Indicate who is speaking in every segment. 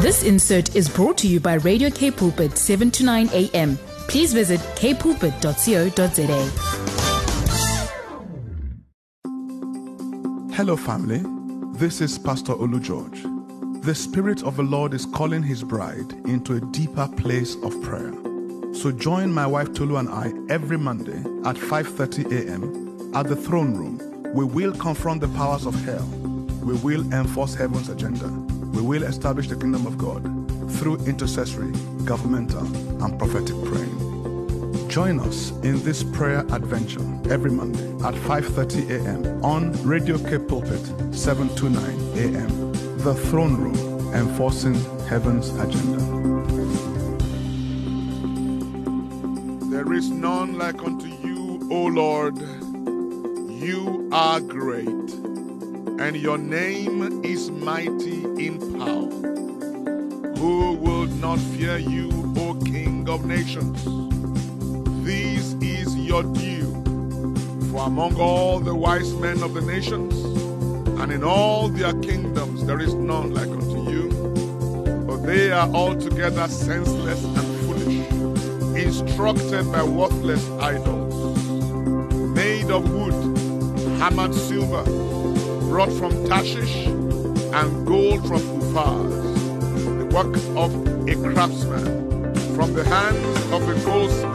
Speaker 1: This insert is brought to you by Radio K Pulpit 7 to 9 a.m. Please visit kpulpit.co.za.
Speaker 2: Hello, family. This is Pastor Olu George. The Spirit of the Lord is calling His bride into a deeper place of prayer. So join my wife Tolu and I every Monday at 5:30 a.m. at the Throne Room. We will confront the powers of hell. We will enforce heaven's agenda. We will establish the kingdom of God through intercessory, governmental, and prophetic praying. Join us in this prayer adventure every Monday at 5:30 a.m. on Radio K Pulpit 729 a.m. The Throne Room, enforcing heaven's agenda. There is none like unto you, O Lord. You are great, and your name is mighty in power. Who will not fear you, O King of nations? This is your due. For among all the wise men of the nations, and in all their kingdoms, there is none like unto you. For they are altogether senseless and foolish, instructed by worthless idols, made of wood, hammered silver, brought from Tashish, and gold from Uphaz, the work of a craftsman, from the hands of a goldsmith.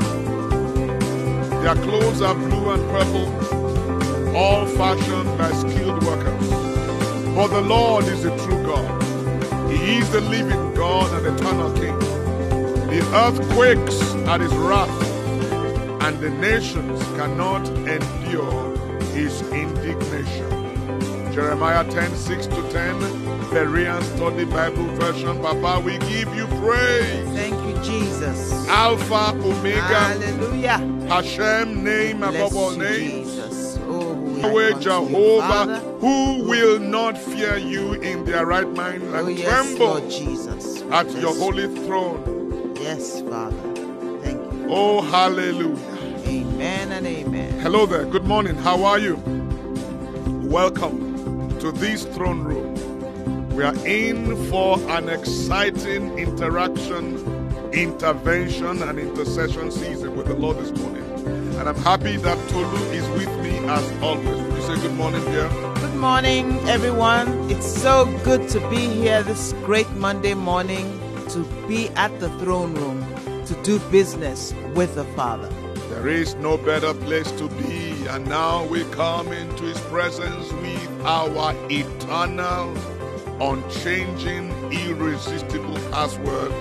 Speaker 2: Their clothes are blue and purple, all fashioned by skilled workers. For the Lord is the true God. He is the living God and eternal King. The earth quakes at his wrath, and the nations cannot endure his indignation. Jeremiah 10 6 to 10, Berean Study Bible Version. Papa, we give you praise.
Speaker 3: Thank you, Jesus.
Speaker 2: Alpha, Omega,
Speaker 3: Hallelujah.
Speaker 2: Hashem, name
Speaker 3: Bless
Speaker 2: above all
Speaker 3: you,
Speaker 2: names.
Speaker 3: Jesus. Oh, we
Speaker 2: Yahweh
Speaker 3: like unto you,
Speaker 2: Jehovah,
Speaker 3: Father.
Speaker 2: who will not fear you in their right mind and
Speaker 3: Oh, yes, Lord
Speaker 2: tremble
Speaker 3: Jesus. We
Speaker 2: at
Speaker 3: bless
Speaker 2: your
Speaker 3: you.
Speaker 2: holy throne.
Speaker 3: Yes, Father. Thank you.
Speaker 2: Oh, hallelujah.
Speaker 3: Amen and amen.
Speaker 2: Hello there. Good morning. How are you? Welcome to this throne room. We are in for an exciting interaction, intervention, and intercession season with the Lord this morning. And I'm happy that Tolu is with me as always. Would you say good morning, dear?
Speaker 3: Good morning, everyone. It's so good to be here this great Monday morning to be at the throne room to do business with the Father.
Speaker 2: There is no better place to be, and now we come into His presence with our eternal, unchanging, irresistible password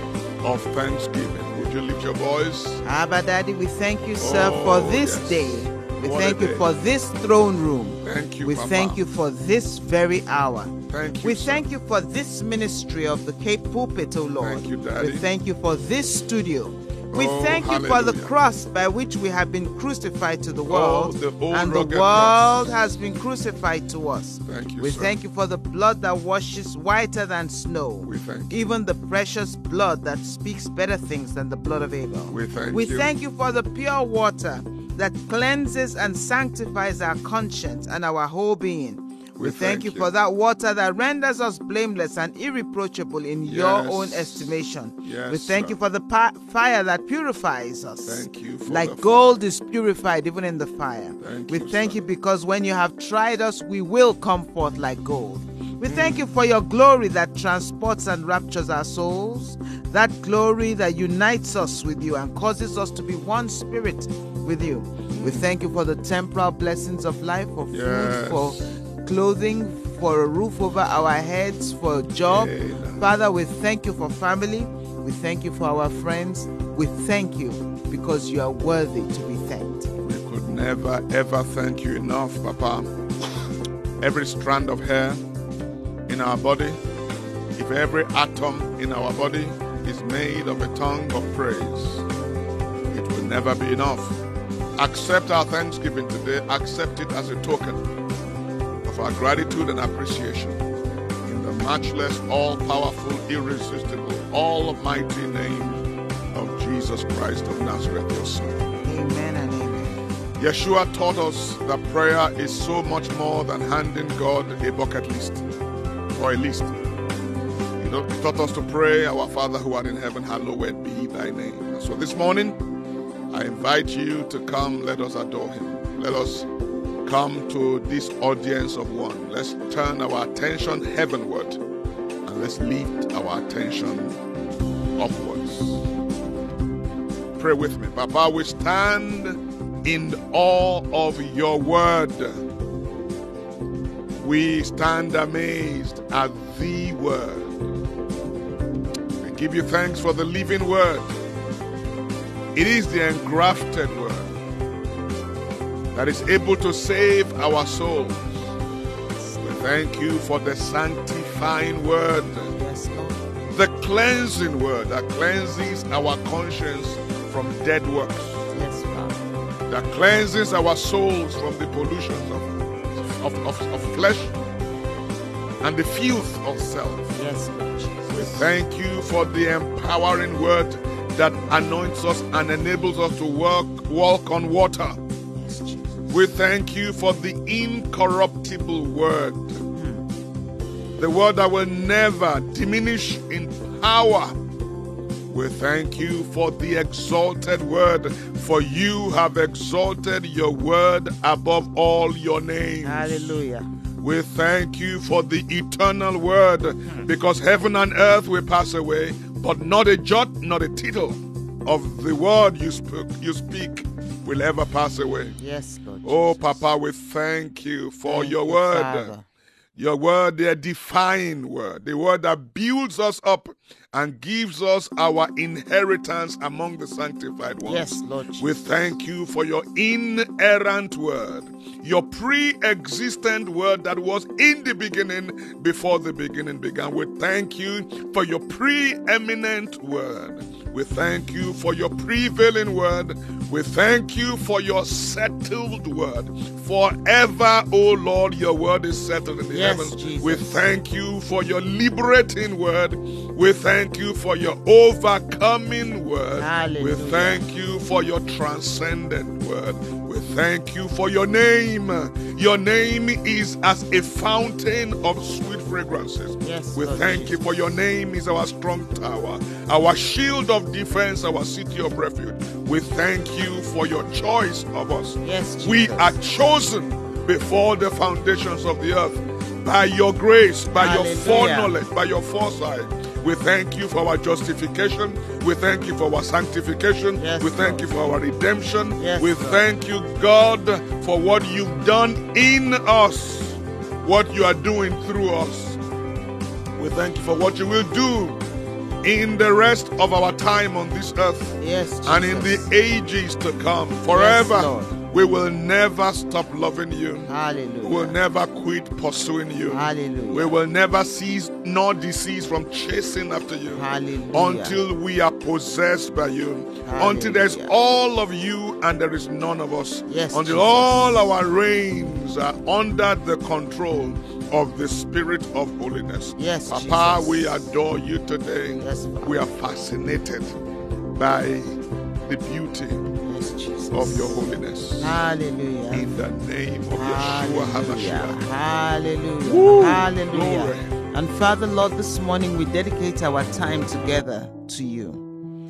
Speaker 2: of thanksgiving. Would you lift your voice?
Speaker 3: Abba, Daddy, we thank you, sir,
Speaker 2: Oh,
Speaker 3: for this
Speaker 2: yes.
Speaker 3: day. We
Speaker 2: What a
Speaker 3: thank
Speaker 2: day.
Speaker 3: you for this throne room.
Speaker 2: Thank you,
Speaker 3: we
Speaker 2: Papa.
Speaker 3: thank you for this very hour.
Speaker 2: Thank you.
Speaker 3: We
Speaker 2: sir.
Speaker 3: thank you for this ministry of the Cape Pulpit, O Lord.
Speaker 2: Thank you, Daddy.
Speaker 3: We thank you for this studio. We
Speaker 2: Oh,
Speaker 3: thank you for the
Speaker 2: hallelujah.
Speaker 3: cross by which we have been crucified to the world,
Speaker 2: Oh, the old
Speaker 3: and the
Speaker 2: rugged cross.
Speaker 3: world has been crucified to us.
Speaker 2: Thank you,
Speaker 3: we
Speaker 2: sir.
Speaker 3: thank you for the blood that washes whiter than snow.
Speaker 2: We thank you.
Speaker 3: even the precious blood that speaks better things than the blood of Abel.
Speaker 2: We thank
Speaker 3: we
Speaker 2: you.
Speaker 3: thank you for the pure water that cleanses and sanctifies our conscience and our whole being.
Speaker 2: We
Speaker 3: We, thank,
Speaker 2: thank
Speaker 3: you
Speaker 2: you.
Speaker 3: for that water that renders us blameless and irreproachable in your
Speaker 2: Yes.
Speaker 3: own estimation.
Speaker 2: Yes,
Speaker 3: we thank
Speaker 2: sir.
Speaker 3: you for the pa- fire that purifies us.
Speaker 2: Thank you for
Speaker 3: like
Speaker 2: the fire.
Speaker 3: gold is purified even in the fire.
Speaker 2: Thank
Speaker 3: we
Speaker 2: you,
Speaker 3: thank
Speaker 2: sir.
Speaker 3: you because when you have tried us, we will come forth like gold. We thank you for your glory that transports and raptures our souls, that glory that unites us with you and causes us to be one spirit with you. We thank you for the temporal blessings of life, for
Speaker 2: Yes.
Speaker 3: food, for clothing, for a roof over our heads, for a job.
Speaker 2: Amen.
Speaker 3: Father, we thank you for family. We thank you for our friends. We thank you because you are worthy to be thanked.
Speaker 2: We could never ever thank you enough, Papa. Every strand of hair in our body, if every atom in our body is made of a tongue of praise, it will never be enough. Accept our thanksgiving today, accept it as a token of our gratitude and appreciation in the matchless, all powerful, irresistible, almighty name of Jesus Christ of Nazareth, your Son.
Speaker 3: Amen and amen.
Speaker 2: Yeshua taught us that prayer is so much more than handing God a bucket list. for a list. You know, he taught us to pray, Our Father who art in heaven, hallowed be thy name. So this morning, I invite you to come, let us adore him. Let us come to this audience of one. Let's turn our attention heavenward and let's lift our attention upwards. Pray with me. Papa, we stand in awe of your word. We stand amazed at the word. We give you thanks for the living word. It is the engrafted word that is able to save our souls. We thank you for the sanctifying word,
Speaker 3: Yes, Lord.
Speaker 2: the cleansing word that cleanses our conscience from dead works,
Speaker 3: Yes, Father.
Speaker 2: that cleanses our souls from the pollutions of, of, of, of flesh and the filth of self.
Speaker 3: Yes, Lord
Speaker 2: We
Speaker 3: Jesus.
Speaker 2: thank you for the empowering word that anoints us and enables us to walk, walk on water.
Speaker 3: Yes, Jesus.
Speaker 2: We thank you for the incorruptible word, the word that will never diminish in power. We thank you for the exalted word, for you have exalted your word above all your names.
Speaker 3: Hallelujah.
Speaker 2: We thank you for the eternal word, because heaven and earth will pass away, but not a jot, not a tittle of the word you speak, you speak will ever pass away.
Speaker 3: Yes, Lord.
Speaker 2: Oh,
Speaker 3: Jesus.
Speaker 2: Papa, we thank you for
Speaker 3: Thank
Speaker 2: your
Speaker 3: you,
Speaker 2: word.
Speaker 3: Father.
Speaker 2: Your word, the defying word, the word that builds us up and gives us our inheritance among the sanctified ones.
Speaker 3: Yes, Lord Jesus.
Speaker 2: We thank you for your inerrant word, your pre existent word that was in the beginning before the beginning began. We thank you for your preeminent word. We thank you for your prevailing word. We thank you for your settled word. Forever, O Lord, your word is settled in the
Speaker 3: Yes,
Speaker 2: heavens.
Speaker 3: Jesus.
Speaker 2: We thank you for your liberating word. We thank you for your overcoming word.
Speaker 3: Hallelujah.
Speaker 2: We thank you for your transcendent word. We thank you for your name. Your name is as a fountain of sweet fragrances.
Speaker 3: Yes,
Speaker 2: we
Speaker 3: Lord
Speaker 2: thank you
Speaker 3: Jesus.
Speaker 2: for your name is our strong tower, our shield of defense, our city of refuge. We thank you for your choice of us.
Speaker 3: Yes, Jesus.
Speaker 2: We are chosen before the foundations of the earth by your grace, by your
Speaker 3: Hallelujah.
Speaker 2: foreknowledge, by your foresight. We thank you for our justification. We thank you for our sanctification.
Speaker 3: Yes,
Speaker 2: we thank
Speaker 3: Lord.
Speaker 2: you for our redemption.
Speaker 3: Yes,
Speaker 2: we
Speaker 3: Lord.
Speaker 2: thank you, God, for what you've done in us, what you are doing through us. We thank you for what you will do in the rest of our time on this earth
Speaker 3: Yes, Jesus.
Speaker 2: and in the ages to come. Forever,
Speaker 3: Lord.
Speaker 2: we will never stop loving you.
Speaker 3: Hallelujah.
Speaker 2: We will never quit pursuing you.
Speaker 3: Hallelujah.
Speaker 2: We will never cease nor decease from chasing after you.
Speaker 3: Hallelujah.
Speaker 2: Until we are possessed by you. Until there's
Speaker 3: Hallelujah.
Speaker 2: all of you and there is none of us.
Speaker 3: Yes,
Speaker 2: Until
Speaker 3: Jesus.
Speaker 2: all our reigns are under the control of the Spirit of holiness.
Speaker 3: Yes,
Speaker 2: Papa,
Speaker 3: Jesus.
Speaker 2: we adore you today.
Speaker 3: Yes, Father.
Speaker 2: we are fascinated by the beauty
Speaker 3: Yes, Jesus.
Speaker 2: of your holiness.
Speaker 3: Hallelujah.
Speaker 2: In the name of Yeshua
Speaker 3: Hallelujah.
Speaker 2: HaMashiach.
Speaker 3: Hallelujah.
Speaker 2: Woo.
Speaker 3: Hallelujah.
Speaker 2: Glory.
Speaker 3: And Father, Lord, this morning we dedicate our time together to you.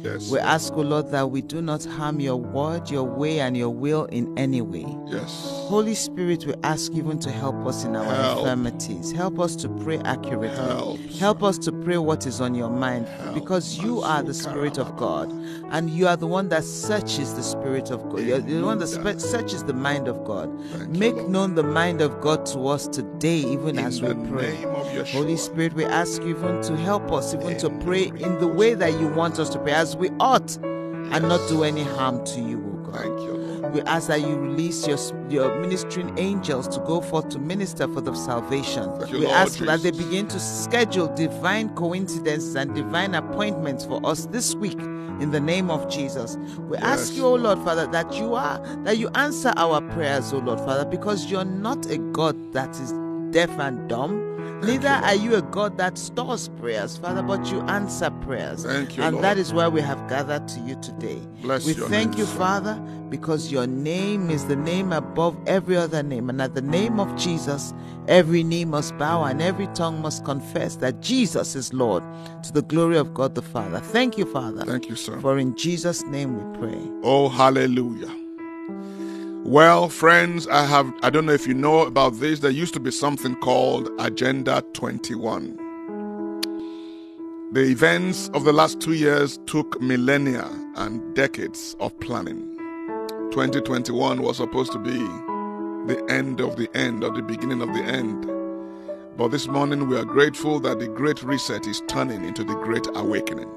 Speaker 2: Yes.
Speaker 3: We ask, O Lord, that we do not harm your word, your way, and your will in any way.
Speaker 2: Yes.
Speaker 3: Holy Spirit, we ask even to help us in our
Speaker 2: Help.
Speaker 3: infirmities. Help us to pray accurately.
Speaker 2: Help.
Speaker 3: Help us to pray what is on your mind because you are the Spirit of God and you are the one that searches the Spirit of God. You're the one that spe- searches the mind of God.
Speaker 2: Thank you,
Speaker 3: Make
Speaker 2: Lord.
Speaker 3: known the mind of God to us today,
Speaker 2: In
Speaker 3: even as we
Speaker 2: the
Speaker 3: pray.
Speaker 2: name of Yeshua.
Speaker 3: Holy Spirit, we ask you even to help us, even to
Speaker 2: In the
Speaker 3: pray
Speaker 2: name
Speaker 3: in the
Speaker 2: of
Speaker 3: way that you want us to pray, as we ought, and not do any harm to you, O God.
Speaker 2: Thank you, Lord.
Speaker 3: We ask that you release your, your ministering angels to go forth to minister for the salvation.
Speaker 2: Thank you,
Speaker 3: We
Speaker 2: Lord
Speaker 3: ask that they
Speaker 2: Jesus.
Speaker 3: begin to schedule divine coincidences and divine appointments for us this week in the name of Jesus. We ask
Speaker 2: Yes.
Speaker 3: you, O Lord Father, that you are that you answer our prayers, O Lord Father, because you're not a God that is deaf and dumb. Neither are you a God that stores prayers, Father, but you answer prayers.
Speaker 2: Thank you,
Speaker 3: And
Speaker 2: Lord.
Speaker 3: that is why we have gathered to you today.
Speaker 2: Bless
Speaker 3: we
Speaker 2: your
Speaker 3: thank
Speaker 2: name,
Speaker 3: you,
Speaker 2: sir.
Speaker 3: Father, because your name is the name above every other name. And at the name of Jesus, every knee must bow and every tongue must confess that Jesus is Lord to the glory of God the Father. Thank you, Father.
Speaker 2: Thank you, sir.
Speaker 3: For in Jesus' name we pray.
Speaker 2: Oh, hallelujah. Well, friends, I have I don't know if you know about this. There used to be something called Agenda 21. The events of the last 2 years took millennia and decades of planning. 2021 was supposed to be the end of the end or the beginning of the end. But this morning we are grateful that the great reset is turning into the great awakening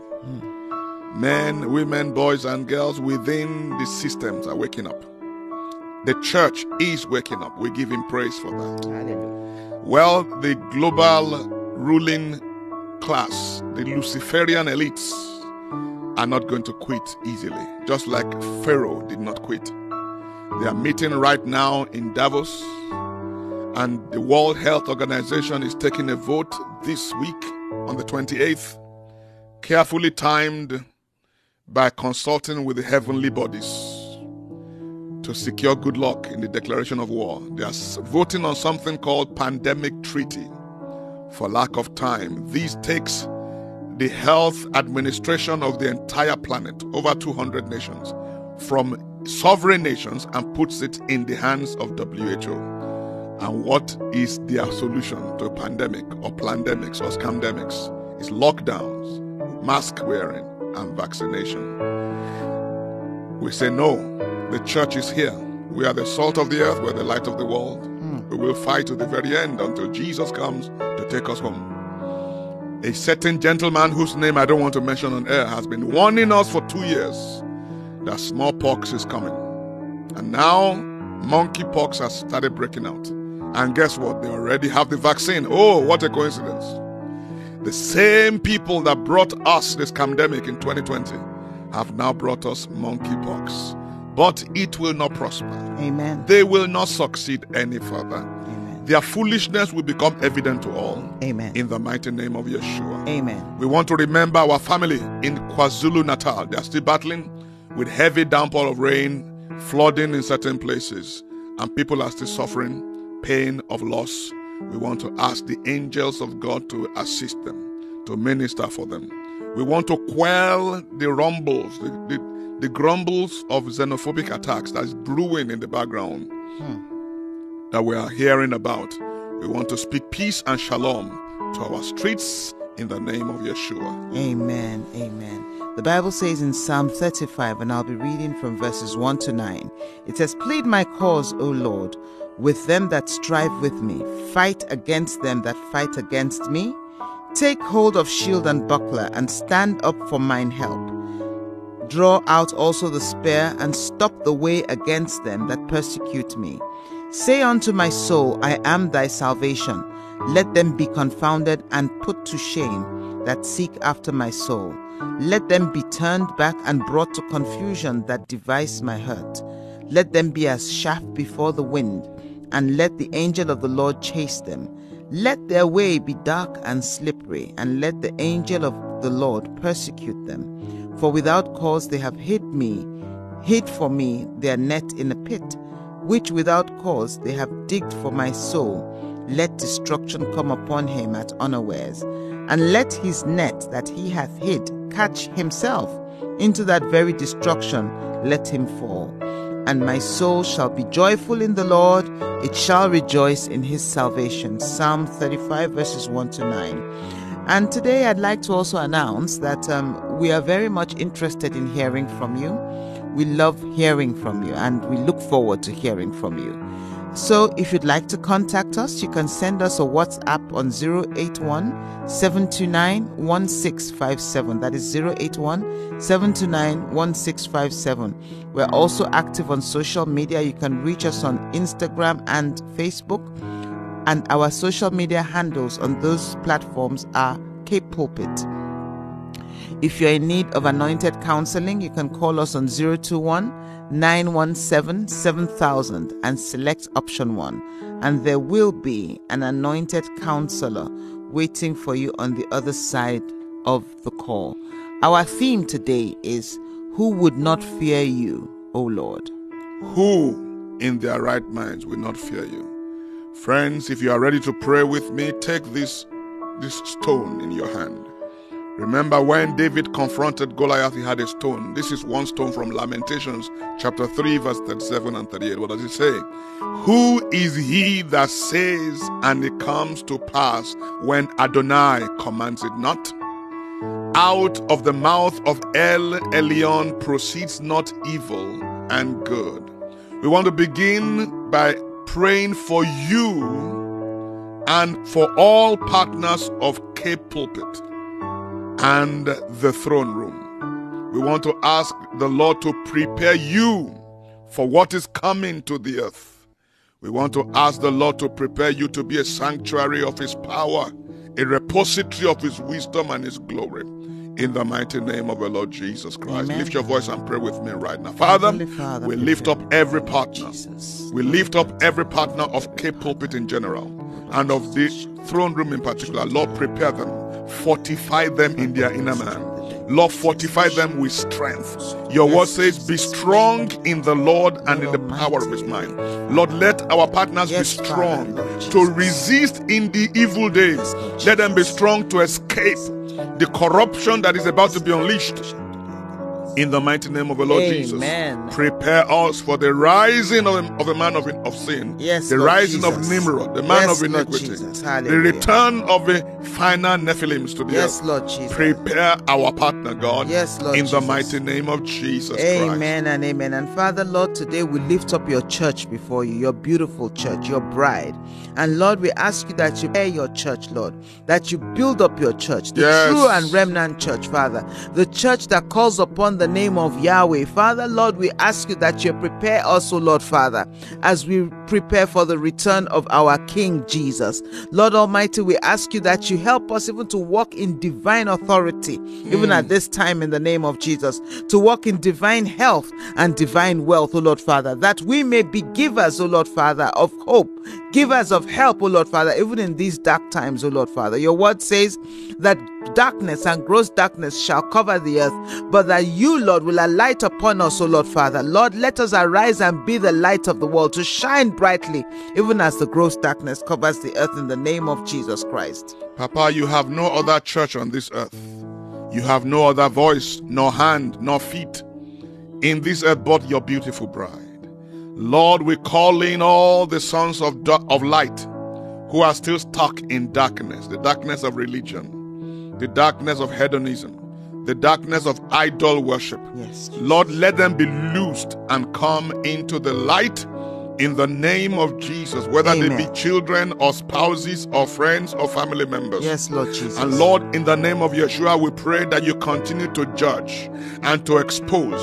Speaker 2: men, women, boys, and girls within the systems are waking up. The church is waking up. We give him praise for that.
Speaker 3: Hallelujah.
Speaker 2: Well, the global ruling class, the Luciferian elites, are not going to quit easily, just like Pharaoh did not quit. They are meeting right now in Davos, and the World Health Organization is taking a vote this week on the 28th, carefully timed by consulting with the heavenly bodies to secure good luck in the declaration of war. They are s- voting on something called pandemic treaty for lack of time. This takes the health administration of the entire planet, over 200 nations, from sovereign nations and puts it in the hands of WHO. And what is their solution to a pandemic or pandemics or scamdemics? Is lockdowns, mask wearing, and vaccination. We say, No, the church is here. We are the salt of the earth, we're the light of the world. We will fight to the very end until Jesus comes to take us home. A certain gentleman whose name I don't want to mention on air has been warning us for two years that smallpox is coming. And now monkeypox has started breaking out. And guess what? They already have the vaccine. Oh, what a coincidence. The same people that brought us this pandemic in 2020 have now brought us monkeypox. But it will not prosper.
Speaker 3: Amen.
Speaker 2: They will not succeed any further.
Speaker 3: Amen.
Speaker 2: Their foolishness will become evident to all.
Speaker 3: Amen.
Speaker 2: In the mighty name of Yeshua.
Speaker 3: Amen.
Speaker 2: We want to remember our family in KwaZulu Natal. They are still battling with heavy downpour of rain, flooding in certain places, and people are still suffering pain of loss. We want to ask the angels of God to assist them, to minister for them. We want to quell the rumbles, the, the, the grumbles of xenophobic attacks that is brewing in the background that we are hearing about. We want to speak peace and shalom to our streets in the name of Yeshua.
Speaker 3: Amen. Amen. The Bible says in Psalm 35, and I'll be reading from verses 1 to 9. It says, Plead my cause, O Lord, with them that strive with me. Fight against them that fight against me. Take hold of shield and buckler, and stand up for mine help. Draw out also the spear and stop the way against them that persecute me. Say unto my soul, I am thy salvation. Let them be confounded and put to shame that seek after my soul. Let them be turned back and brought to confusion that devise my hurt. Let them be as chaff before the wind, and let the angel of the Lord chase them. Let their way be dark and slippery, and let the angel of the Lord persecute them. For without cause they have hid me, hid for me their net in a pit, which without cause they have digged for my soul. Let destruction come upon him at unawares, and let his net that he hath hid catch himself. Into that very destruction let him fall and my soul shall be joyful in the Lord, it shall rejoice in his salvation. Psalm 35, verses 1 to 9. And today I'd like to also announce that um, we are very much interested in hearing from you. We love hearing from you, and we look forward to hearing from you. So if you'd like to contact us, you can send us a WhatsApp on 081 729 1657. That is 081 729 1657. We're also active on social media. You can reach us on Instagram and Facebook. And our social media handles on those platforms are Cape Pulpit. If you're in need of anointed counseling, you can call us on 021 917 7000 and select option 1. And there will be an anointed counselor waiting for you on the other side of the call. Our theme today is Who Would Not Fear You, O Lord?
Speaker 2: Who in their right minds will not fear you? Friends, if you are ready to pray with me, take this, this stone in your hand. Remember when David confronted Goliath, he had a stone. This is one stone from Lamentations chapter 3, verse 37 and 38. What does it say? Who is he that says, and it comes to pass when Adonai commands it not? Out of the mouth of El Elyon proceeds not evil and good. We want to begin by praying for you and for all partners of K Pulpit and the throne room. We want to ask the Lord to prepare you for what is coming to the earth. We want to ask the Lord to prepare you to be a sanctuary of His power, a repository of His wisdom and His glory. In the mighty name of the Lord Jesus Christ.
Speaker 3: Amen.
Speaker 2: Lift your voice and pray with me right now. Father,
Speaker 3: Heavenly Father,
Speaker 2: we
Speaker 3: we
Speaker 2: lift
Speaker 3: pray.
Speaker 2: up every partner.
Speaker 3: Jesus.
Speaker 2: We lift up every partner of K Pulpit in general and of the throne room in particular. Lord, prepare them, fortify them in their inner man. Lord, fortify them with strength. Your word says, Be strong in the Lord and in the power of his might. Lord, let our partners be
Speaker 3: Yes, Father,
Speaker 2: strong
Speaker 3: Lord Jesus.
Speaker 2: to resist in the evil days. Let them be strong to escape the corruption that is about to be unleashed. In the mighty name of the Lord
Speaker 3: Amen.
Speaker 2: Jesus, prepare us for the rising of, of the man of, of sin,
Speaker 3: Yes,
Speaker 2: the
Speaker 3: Lord
Speaker 2: rising of
Speaker 3: Jesus.
Speaker 2: Nimrod, the man
Speaker 3: Yes,
Speaker 2: of
Speaker 3: Lord
Speaker 2: iniquity,
Speaker 3: Jesus.
Speaker 2: the
Speaker 3: Hallelujah.
Speaker 2: return of the final Nephilims to the
Speaker 3: Yes,
Speaker 2: earth.
Speaker 3: Lord Jesus.
Speaker 2: Prepare our partner, God,
Speaker 3: Yes, Lord
Speaker 2: in the
Speaker 3: Jesus.
Speaker 2: mighty name of Jesus Christ.
Speaker 3: Amen and amen. And Father, Lord, today we lift up your church before you, your beautiful church, your bride. And Lord, we ask you that you pay your church, Lord, that you build up your church, the
Speaker 2: Yes.
Speaker 3: true and remnant church, Father, the church that calls upon the name of Yahweh. Father, Lord, we ask you that you prepare us, O Lord, Father, as we prepare for the return of our King Jesus. Lord Almighty, we ask you that you help us even to walk in divine authority, even at this time in the name of Jesus, to walk in divine health and divine wealth, O Lord Father, that we may be givers, O Lord Father, of hope, givers of help, O Lord Father, even in these dark times, O Lord Father. Your word says that darkness and gross darkness shall cover the earth, but that you, Lord, will alight upon us, O Lord Father. Lord, let us arise and be the light of the world, to shine brightly, even as the gross darkness covers the earth in the name of Jesus Christ.
Speaker 2: Papa, you have no other church on this earth. You have no other voice, nor hand, nor feet in this earth but your beautiful bride. Lord, we call in all the sons of, da- of light who are still stuck in darkness the darkness of religion, the darkness of hedonism, the darkness of idol worship.
Speaker 3: Yes.
Speaker 2: Lord, let them be loosed and come into the light in the name of Jesus, whether they
Speaker 3: Amen.
Speaker 2: be children or spouses or friends or family members.
Speaker 3: Yes, Lord Jesus.
Speaker 2: And Lord, in the name of Yeshua, we pray that you continue to judge and to expose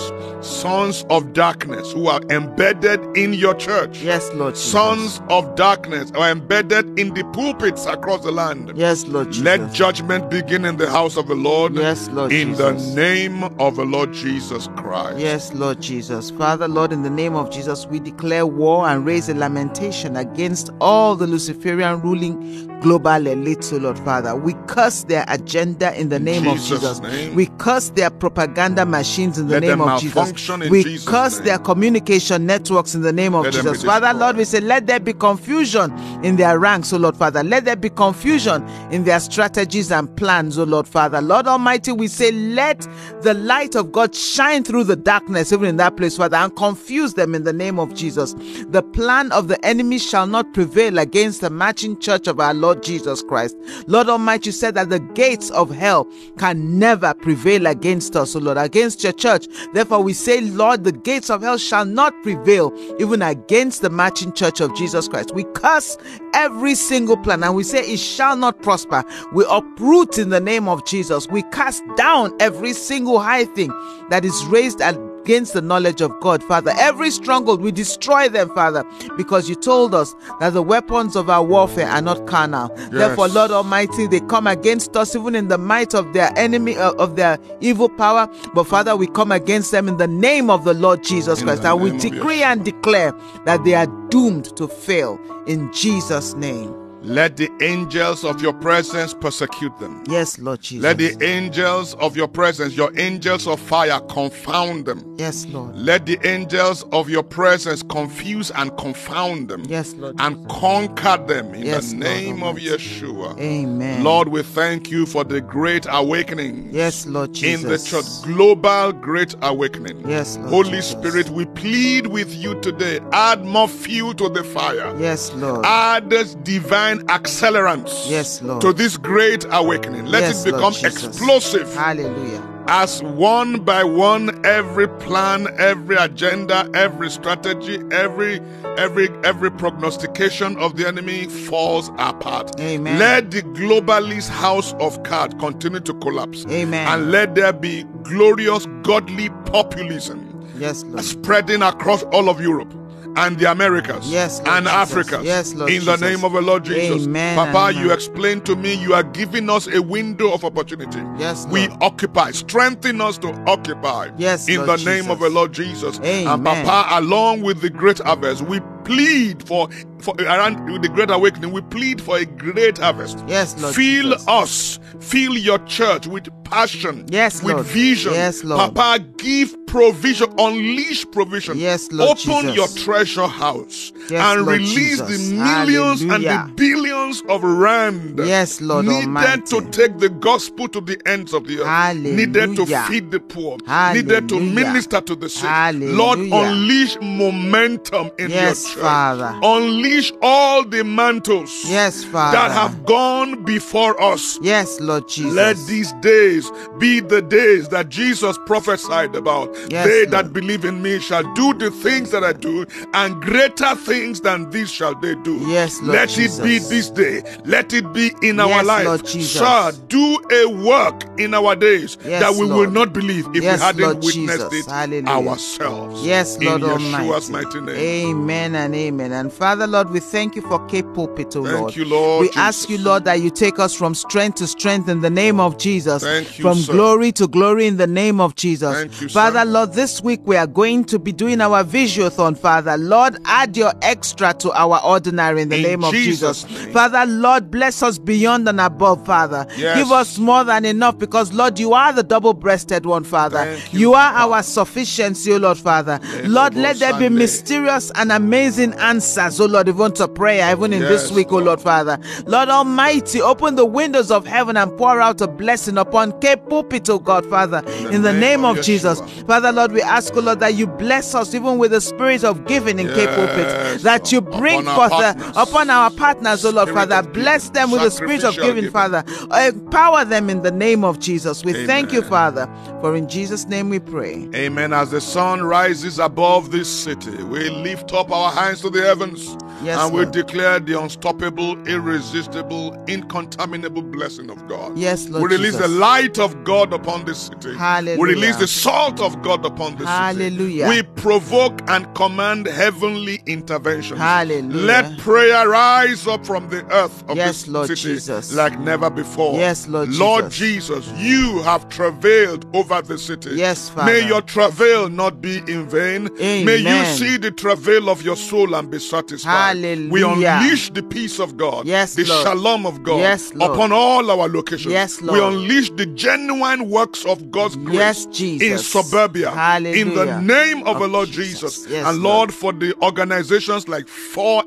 Speaker 2: sons of darkness who are embedded in your church.
Speaker 3: Yes, Lord Jesus.
Speaker 2: Sons of darkness are embedded in the pulpits across the land.
Speaker 3: Yes, Lord Jesus.
Speaker 2: Let judgment begin in the house of the Lord.
Speaker 3: Yes, Lord
Speaker 2: In
Speaker 3: Jesus.
Speaker 2: the name of the Lord Jesus Christ.
Speaker 3: Yes, Lord Jesus. Father, Lord, in the name of Jesus, we declare war and raise a lamentation against all the Luciferian ruling global elite, O Lord Father. We curse their agenda in the
Speaker 2: In
Speaker 3: name
Speaker 2: Jesus'
Speaker 3: of Jesus.
Speaker 2: name.
Speaker 3: We curse their propaganda machines in the
Speaker 2: Let
Speaker 3: name
Speaker 2: them
Speaker 3: of Jesus.
Speaker 2: malfunction in
Speaker 3: we
Speaker 2: Jesus'
Speaker 3: curse
Speaker 2: name.
Speaker 3: their communication networks in the name of
Speaker 2: Let them be
Speaker 3: Jesus. Father, Lord, we say, let there be confusion in their ranks, O Lord Father. Let there be confusion in their strategies and plans, O Lord Father. Lord Almighty, we say, let the light of God shine through the darkness, even in that place, Father, and confuse them in the name of Jesus. The plan of the enemy shall not prevail against the marching church of our Lord Jesus Christ. Lord Almighty, you said that the gates of hell can never prevail against us, O Lord, against your church. Therefore, we say, Lord, the gates of hell shall not prevail even against the marching church of Jesus Christ. We curse every single plan and we say it shall not prosper. We uproot in the name of Jesus. We cast down every single high thing that is raised at against the knowledge of God, Father. Every stronghold, we destroy them, Father, because you told us that the weapons of our warfare are not carnal. Therefore, Lord Almighty, they come against us even in the might of their enemy, uh, of their evil power. But Father, we come against them in the name of the Lord Jesus
Speaker 2: In
Speaker 3: Christ.
Speaker 2: the
Speaker 3: And we
Speaker 2: name of
Speaker 3: decree and declare that they are doomed to fail in Jesus' name.
Speaker 2: Let the angels of your presence persecute them.
Speaker 3: Yes, Lord Jesus.
Speaker 2: Let the angels of your presence, your angels of fire, confound them.
Speaker 3: yes, Lord.
Speaker 2: Let the angels of your presence confuse and confound them
Speaker 3: Yes, Lord.
Speaker 2: and conquer them in
Speaker 3: Yes,
Speaker 2: the
Speaker 3: Lord
Speaker 2: name of
Speaker 3: Almighty.
Speaker 2: Yeshua.
Speaker 3: Amen.
Speaker 2: Lord, we thank you for the great awakening.
Speaker 3: Yes, Lord Jesus.
Speaker 2: In the church, global great awakening.
Speaker 3: Yes, Lord
Speaker 2: Holy
Speaker 3: Jesus.
Speaker 2: Spirit, we plead with you today. Add more fuel to the fire.
Speaker 3: Yes, Lord.
Speaker 2: Add this divine accelerants
Speaker 3: Yes, Lord.
Speaker 2: to this great awakening. Let
Speaker 3: yes,
Speaker 2: it become
Speaker 3: Lord Jesus.
Speaker 2: explosive
Speaker 3: Hallelujah.
Speaker 2: as one by one every plan every agenda every strategy every every every prognostication of the enemy falls apart
Speaker 3: Amen.
Speaker 2: let the globalist house of cards continue to collapse
Speaker 3: Amen.
Speaker 2: and let there be glorious godly populism
Speaker 3: Yes, Lord.
Speaker 2: spreading across all of Europe and the Americas
Speaker 3: Yes, Lord
Speaker 2: and
Speaker 3: Jesus.
Speaker 2: Africa.
Speaker 3: Yes, Lord
Speaker 2: in the
Speaker 3: Jesus.
Speaker 2: name of the Lord Jesus.
Speaker 3: Amen
Speaker 2: Papa,
Speaker 3: and amen.
Speaker 2: you explained to me you are giving us a window of opportunity.
Speaker 3: Yes,
Speaker 2: we
Speaker 3: Lord.
Speaker 2: occupy, strengthen us to occupy.
Speaker 3: Yes,
Speaker 2: in
Speaker 3: Lord
Speaker 2: the name of the
Speaker 3: Jesus.
Speaker 2: Lord Jesus.
Speaker 3: Amen.
Speaker 2: And Papa, along with the great harvest, we plead for for around with the great awakening. We plead for a great harvest.
Speaker 3: Yes, Lord
Speaker 2: Fill
Speaker 3: Jesus.
Speaker 2: us, fill your church with passion,
Speaker 3: Yes,
Speaker 2: with
Speaker 3: Lord.
Speaker 2: vision.
Speaker 3: Yes, Lord.
Speaker 2: Papa, give provision, unleash provision provision.
Speaker 3: Yes, Lord
Speaker 2: Open
Speaker 3: Jesus.
Speaker 2: your treasure house
Speaker 3: Yes,
Speaker 2: and
Speaker 3: Lord
Speaker 2: release
Speaker 3: Jesus.
Speaker 2: the millions
Speaker 3: Hallelujah.
Speaker 2: and the billions of rand
Speaker 3: Yes, Lord
Speaker 2: needed
Speaker 3: Almighty.
Speaker 2: to take the gospel to the ends of the earth, needed to
Speaker 3: Hallelujah.
Speaker 2: feed the poor, needed to
Speaker 3: Hallelujah.
Speaker 2: minister to the sick. Lord,
Speaker 3: Hallelujah.
Speaker 2: unleash momentum in
Speaker 3: Yes,
Speaker 2: your church.
Speaker 3: Father.
Speaker 2: Unleash all the mantles
Speaker 3: Yes, Father.
Speaker 2: that have gone before us.
Speaker 3: Yes, Lord Jesus.
Speaker 2: Let these days be the days that Jesus prophesied about.
Speaker 3: Yes,
Speaker 2: they
Speaker 3: Lord.
Speaker 2: that believe in me shall do the things that I do, and greater things than these shall they do.
Speaker 3: Yes, Lord
Speaker 2: Let it be
Speaker 3: Jesus.
Speaker 2: this day. Let it be in our
Speaker 3: Yes,
Speaker 2: life.
Speaker 3: Lord Jesus.
Speaker 2: Sir, do a work in our days
Speaker 3: Yes,
Speaker 2: that we
Speaker 3: Lord.
Speaker 2: will not believe if
Speaker 3: Yes,
Speaker 2: we hadn't
Speaker 3: Lord
Speaker 2: witnessed
Speaker 3: Jesus.
Speaker 2: it
Speaker 3: Hallelujah.
Speaker 2: ourselves.
Speaker 3: Yes, Lord
Speaker 2: in Yeshua's
Speaker 3: Almighty.
Speaker 2: mighty name.
Speaker 3: Amen and amen. And Father, Lord, we thank you for Cape Pulpit, O
Speaker 2: Thank
Speaker 3: Lord.
Speaker 2: you, Lord
Speaker 3: We
Speaker 2: Jesus.
Speaker 3: ask you, Lord, that you take us from strength to strength in the name of Jesus.
Speaker 2: Thank you,
Speaker 3: from
Speaker 2: sir.
Speaker 3: glory to glory in the name of Jesus.
Speaker 2: Thank you, sir.
Speaker 3: Father, Lord, this week we are going to be doing our visiothon, Father. Lord, add your extra to our ordinary in the
Speaker 2: In
Speaker 3: name of
Speaker 2: Jesus'
Speaker 3: Jesus.
Speaker 2: name.
Speaker 3: Father, Lord, bless us beyond and above, Father.
Speaker 2: Yes.
Speaker 3: Give us more than enough because, Lord, you are the double breasted one, Father.
Speaker 2: Thank you,
Speaker 3: are
Speaker 2: Papa.
Speaker 3: our sufficiency, O Lord, Father.
Speaker 2: Lebo
Speaker 3: Lord, let there be
Speaker 2: Sunday.
Speaker 3: mysterious and amazing answers, O Lord, even to prayer, even in this
Speaker 2: Yes,
Speaker 3: week, O
Speaker 2: Lord.
Speaker 3: Lord, Father. Lord Almighty, open the windows of heaven and pour out a blessing upon Cape Pulpit, O God, Father, in the, name, of Jesus.
Speaker 2: Yeshua.
Speaker 3: Father, Lord, we ask, O Lord, that you bless us even with the spirit of giving in Cape Pulpit,
Speaker 2: Yes,
Speaker 3: that you
Speaker 2: Lord.
Speaker 3: bring
Speaker 2: Upon our
Speaker 3: forth uh,
Speaker 2: partners.
Speaker 3: upon our partners, O Lord,
Speaker 2: Spirit
Speaker 3: Father.
Speaker 2: of giving.
Speaker 3: Bless them with the spirit of
Speaker 2: Sacrificial
Speaker 3: giving,
Speaker 2: giving.
Speaker 3: Father. Empower them in the name of Jesus. We thank you,
Speaker 2: Amen.
Speaker 3: Father, for in Jesus' name we pray.
Speaker 2: Amen. As the sun rises above this city, we lift up our hands to the heavens
Speaker 3: Yes,
Speaker 2: and we
Speaker 3: Lord.
Speaker 2: declare the unstoppable, irresistible, incontaminable blessing of God.
Speaker 3: Yes, Lord
Speaker 2: We release the
Speaker 3: Jesus.
Speaker 2: light of God upon this city.
Speaker 3: Hallelujah.
Speaker 2: We release the salt of God upon this
Speaker 3: Hallelujah.
Speaker 2: city. We provoke and command heavenly intervention.
Speaker 3: Hallelujah.
Speaker 2: Let prayer rise up from the earth of
Speaker 3: Yes,
Speaker 2: this
Speaker 3: Lord
Speaker 2: city
Speaker 3: Jesus.
Speaker 2: like never before.
Speaker 3: Yes, Lord
Speaker 2: Lord
Speaker 3: Jesus.
Speaker 2: Jesus, you have travailed over the city.
Speaker 3: Yes, Father.
Speaker 2: May your travail not be in vain. May you
Speaker 3: Amen.
Speaker 2: see the travail of your soul and be satisfied. We
Speaker 3: Hallelujah.
Speaker 2: unleash the peace of God,
Speaker 3: Yes,
Speaker 2: the
Speaker 3: Lord.
Speaker 2: shalom of God
Speaker 3: Yes, Lord.
Speaker 2: upon all our locations.
Speaker 3: Yes,
Speaker 2: We
Speaker 3: Lord.
Speaker 2: unleash the genuine works of God's grace
Speaker 3: Yes,
Speaker 2: in
Speaker 3: Jesus.
Speaker 2: suburbia. In the
Speaker 3: Hallelujah.
Speaker 2: name of
Speaker 3: Of
Speaker 2: the Lord
Speaker 3: Jesus.
Speaker 2: Jesus.
Speaker 3: Yes,
Speaker 2: and
Speaker 3: Lord.
Speaker 2: Lord, for the organizations like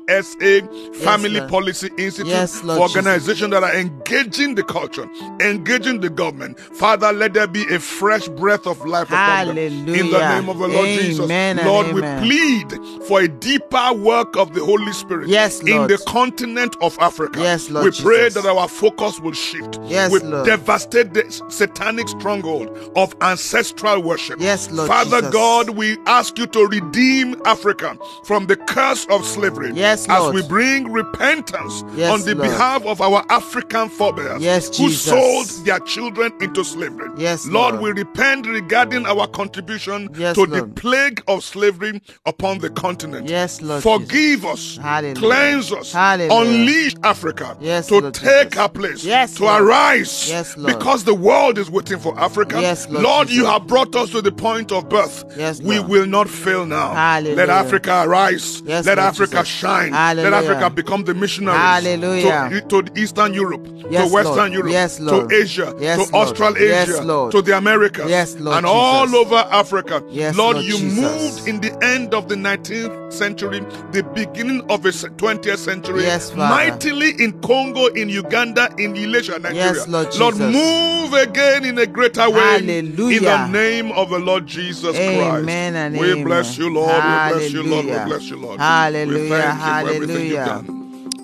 Speaker 2: 4SA, Family
Speaker 3: Lord.
Speaker 2: Policy Institute,
Speaker 3: Yes, Lord
Speaker 2: for
Speaker 3: Jesus.
Speaker 2: organizations that are engaging the culture, engaging the government. Father, let there be a fresh breath of life upon them. In the
Speaker 3: Hallelujah.
Speaker 2: name of the Lord Jesus.
Speaker 3: Amen and
Speaker 2: Lord,
Speaker 3: amen.
Speaker 2: we plead for a deeper work of the Holy Spirit
Speaker 3: Yes,
Speaker 2: in
Speaker 3: Lord.
Speaker 2: the continent of Africa.
Speaker 3: Yes, Lord
Speaker 2: we pray
Speaker 3: Jesus.
Speaker 2: that our focus will shift.
Speaker 3: Yes,
Speaker 2: we
Speaker 3: Lord.
Speaker 2: devastate the satanic stronghold of ancestral worship.
Speaker 3: Yes, Lord
Speaker 2: Father
Speaker 3: Jesus.
Speaker 2: God, we ask ask you to redeem Africa from the curse of slavery.
Speaker 3: Yes,
Speaker 2: as
Speaker 3: Lord.
Speaker 2: we bring repentance
Speaker 3: Yes,
Speaker 2: on the
Speaker 3: Lord.
Speaker 2: behalf of our African forebears
Speaker 3: Yes,
Speaker 2: who
Speaker 3: Jesus.
Speaker 2: sold their children into slavery.
Speaker 3: Yes,
Speaker 2: Lord,
Speaker 3: Lord.
Speaker 2: we repent regarding our contribution
Speaker 3: Yes,
Speaker 2: to
Speaker 3: Lord.
Speaker 2: the plague of slavery upon the continent.
Speaker 3: Yes, Lord
Speaker 2: Forgive us,
Speaker 3: Hallelujah.
Speaker 2: cleanse us,
Speaker 3: Hallelujah.
Speaker 2: unleash Africa
Speaker 3: Yes,
Speaker 2: to
Speaker 3: Lord
Speaker 2: take
Speaker 3: Jesus.
Speaker 2: our place,
Speaker 3: Yes,
Speaker 2: to
Speaker 3: Lord.
Speaker 2: arise,
Speaker 3: Yes, Lord.
Speaker 2: because the world is waiting for Africa.
Speaker 3: Yes, Lord
Speaker 2: you
Speaker 3: Jesus.
Speaker 2: have brought us to the point of birth.
Speaker 3: Yes,
Speaker 2: we
Speaker 3: Lord.
Speaker 2: will not fail now. Let
Speaker 3: Hallelujah.
Speaker 2: Africa arise.
Speaker 3: Yes,
Speaker 2: Let
Speaker 3: Lord
Speaker 2: Africa
Speaker 3: Jesus.
Speaker 2: shine. Let
Speaker 3: Hallelujah.
Speaker 2: Africa become the missionaries E,
Speaker 3: Hallelujah.
Speaker 2: To, to Eastern Europe,
Speaker 3: Yes,
Speaker 2: to Western
Speaker 3: Lord.
Speaker 2: Europe,
Speaker 3: Yes, Lord.
Speaker 2: to Asia,
Speaker 3: Yes,
Speaker 2: to
Speaker 3: Lord.
Speaker 2: Australasia,
Speaker 3: Yes, Lord.
Speaker 2: to the Americas,
Speaker 3: Yes, Lord
Speaker 2: and all
Speaker 3: Jesus.
Speaker 2: over Africa.
Speaker 3: Yes,
Speaker 2: Lord,
Speaker 3: Lord
Speaker 2: you
Speaker 3: Jesus.
Speaker 2: moved in the end of the 19th century, the beginning of the 20th century,
Speaker 3: Yes, Father.
Speaker 2: mightily in Congo, in Uganda, in Elisha, Nigeria.
Speaker 3: Yes, Lord Jesus.
Speaker 2: move again in a greater way. In the
Speaker 3: Hallelujah.
Speaker 2: name of the Lord Jesus Christ.
Speaker 3: Amen and
Speaker 2: we
Speaker 3: amen.
Speaker 2: bless you, Lord. We bless you, Lord. We
Speaker 3: Hallelujah.
Speaker 2: bless you, Lord. We
Speaker 3: Hallelujah.
Speaker 2: thank you for everything you've
Speaker 3: Hallelujah.
Speaker 2: done.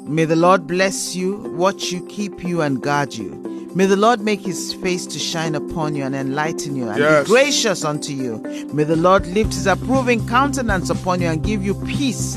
Speaker 3: May the Lord bless you, watch you, keep you, and guard you. May the Lord make his face to shine upon you and enlighten you and
Speaker 2: Yes.
Speaker 3: be gracious unto you. May the Lord lift his approving countenance upon you and give you peace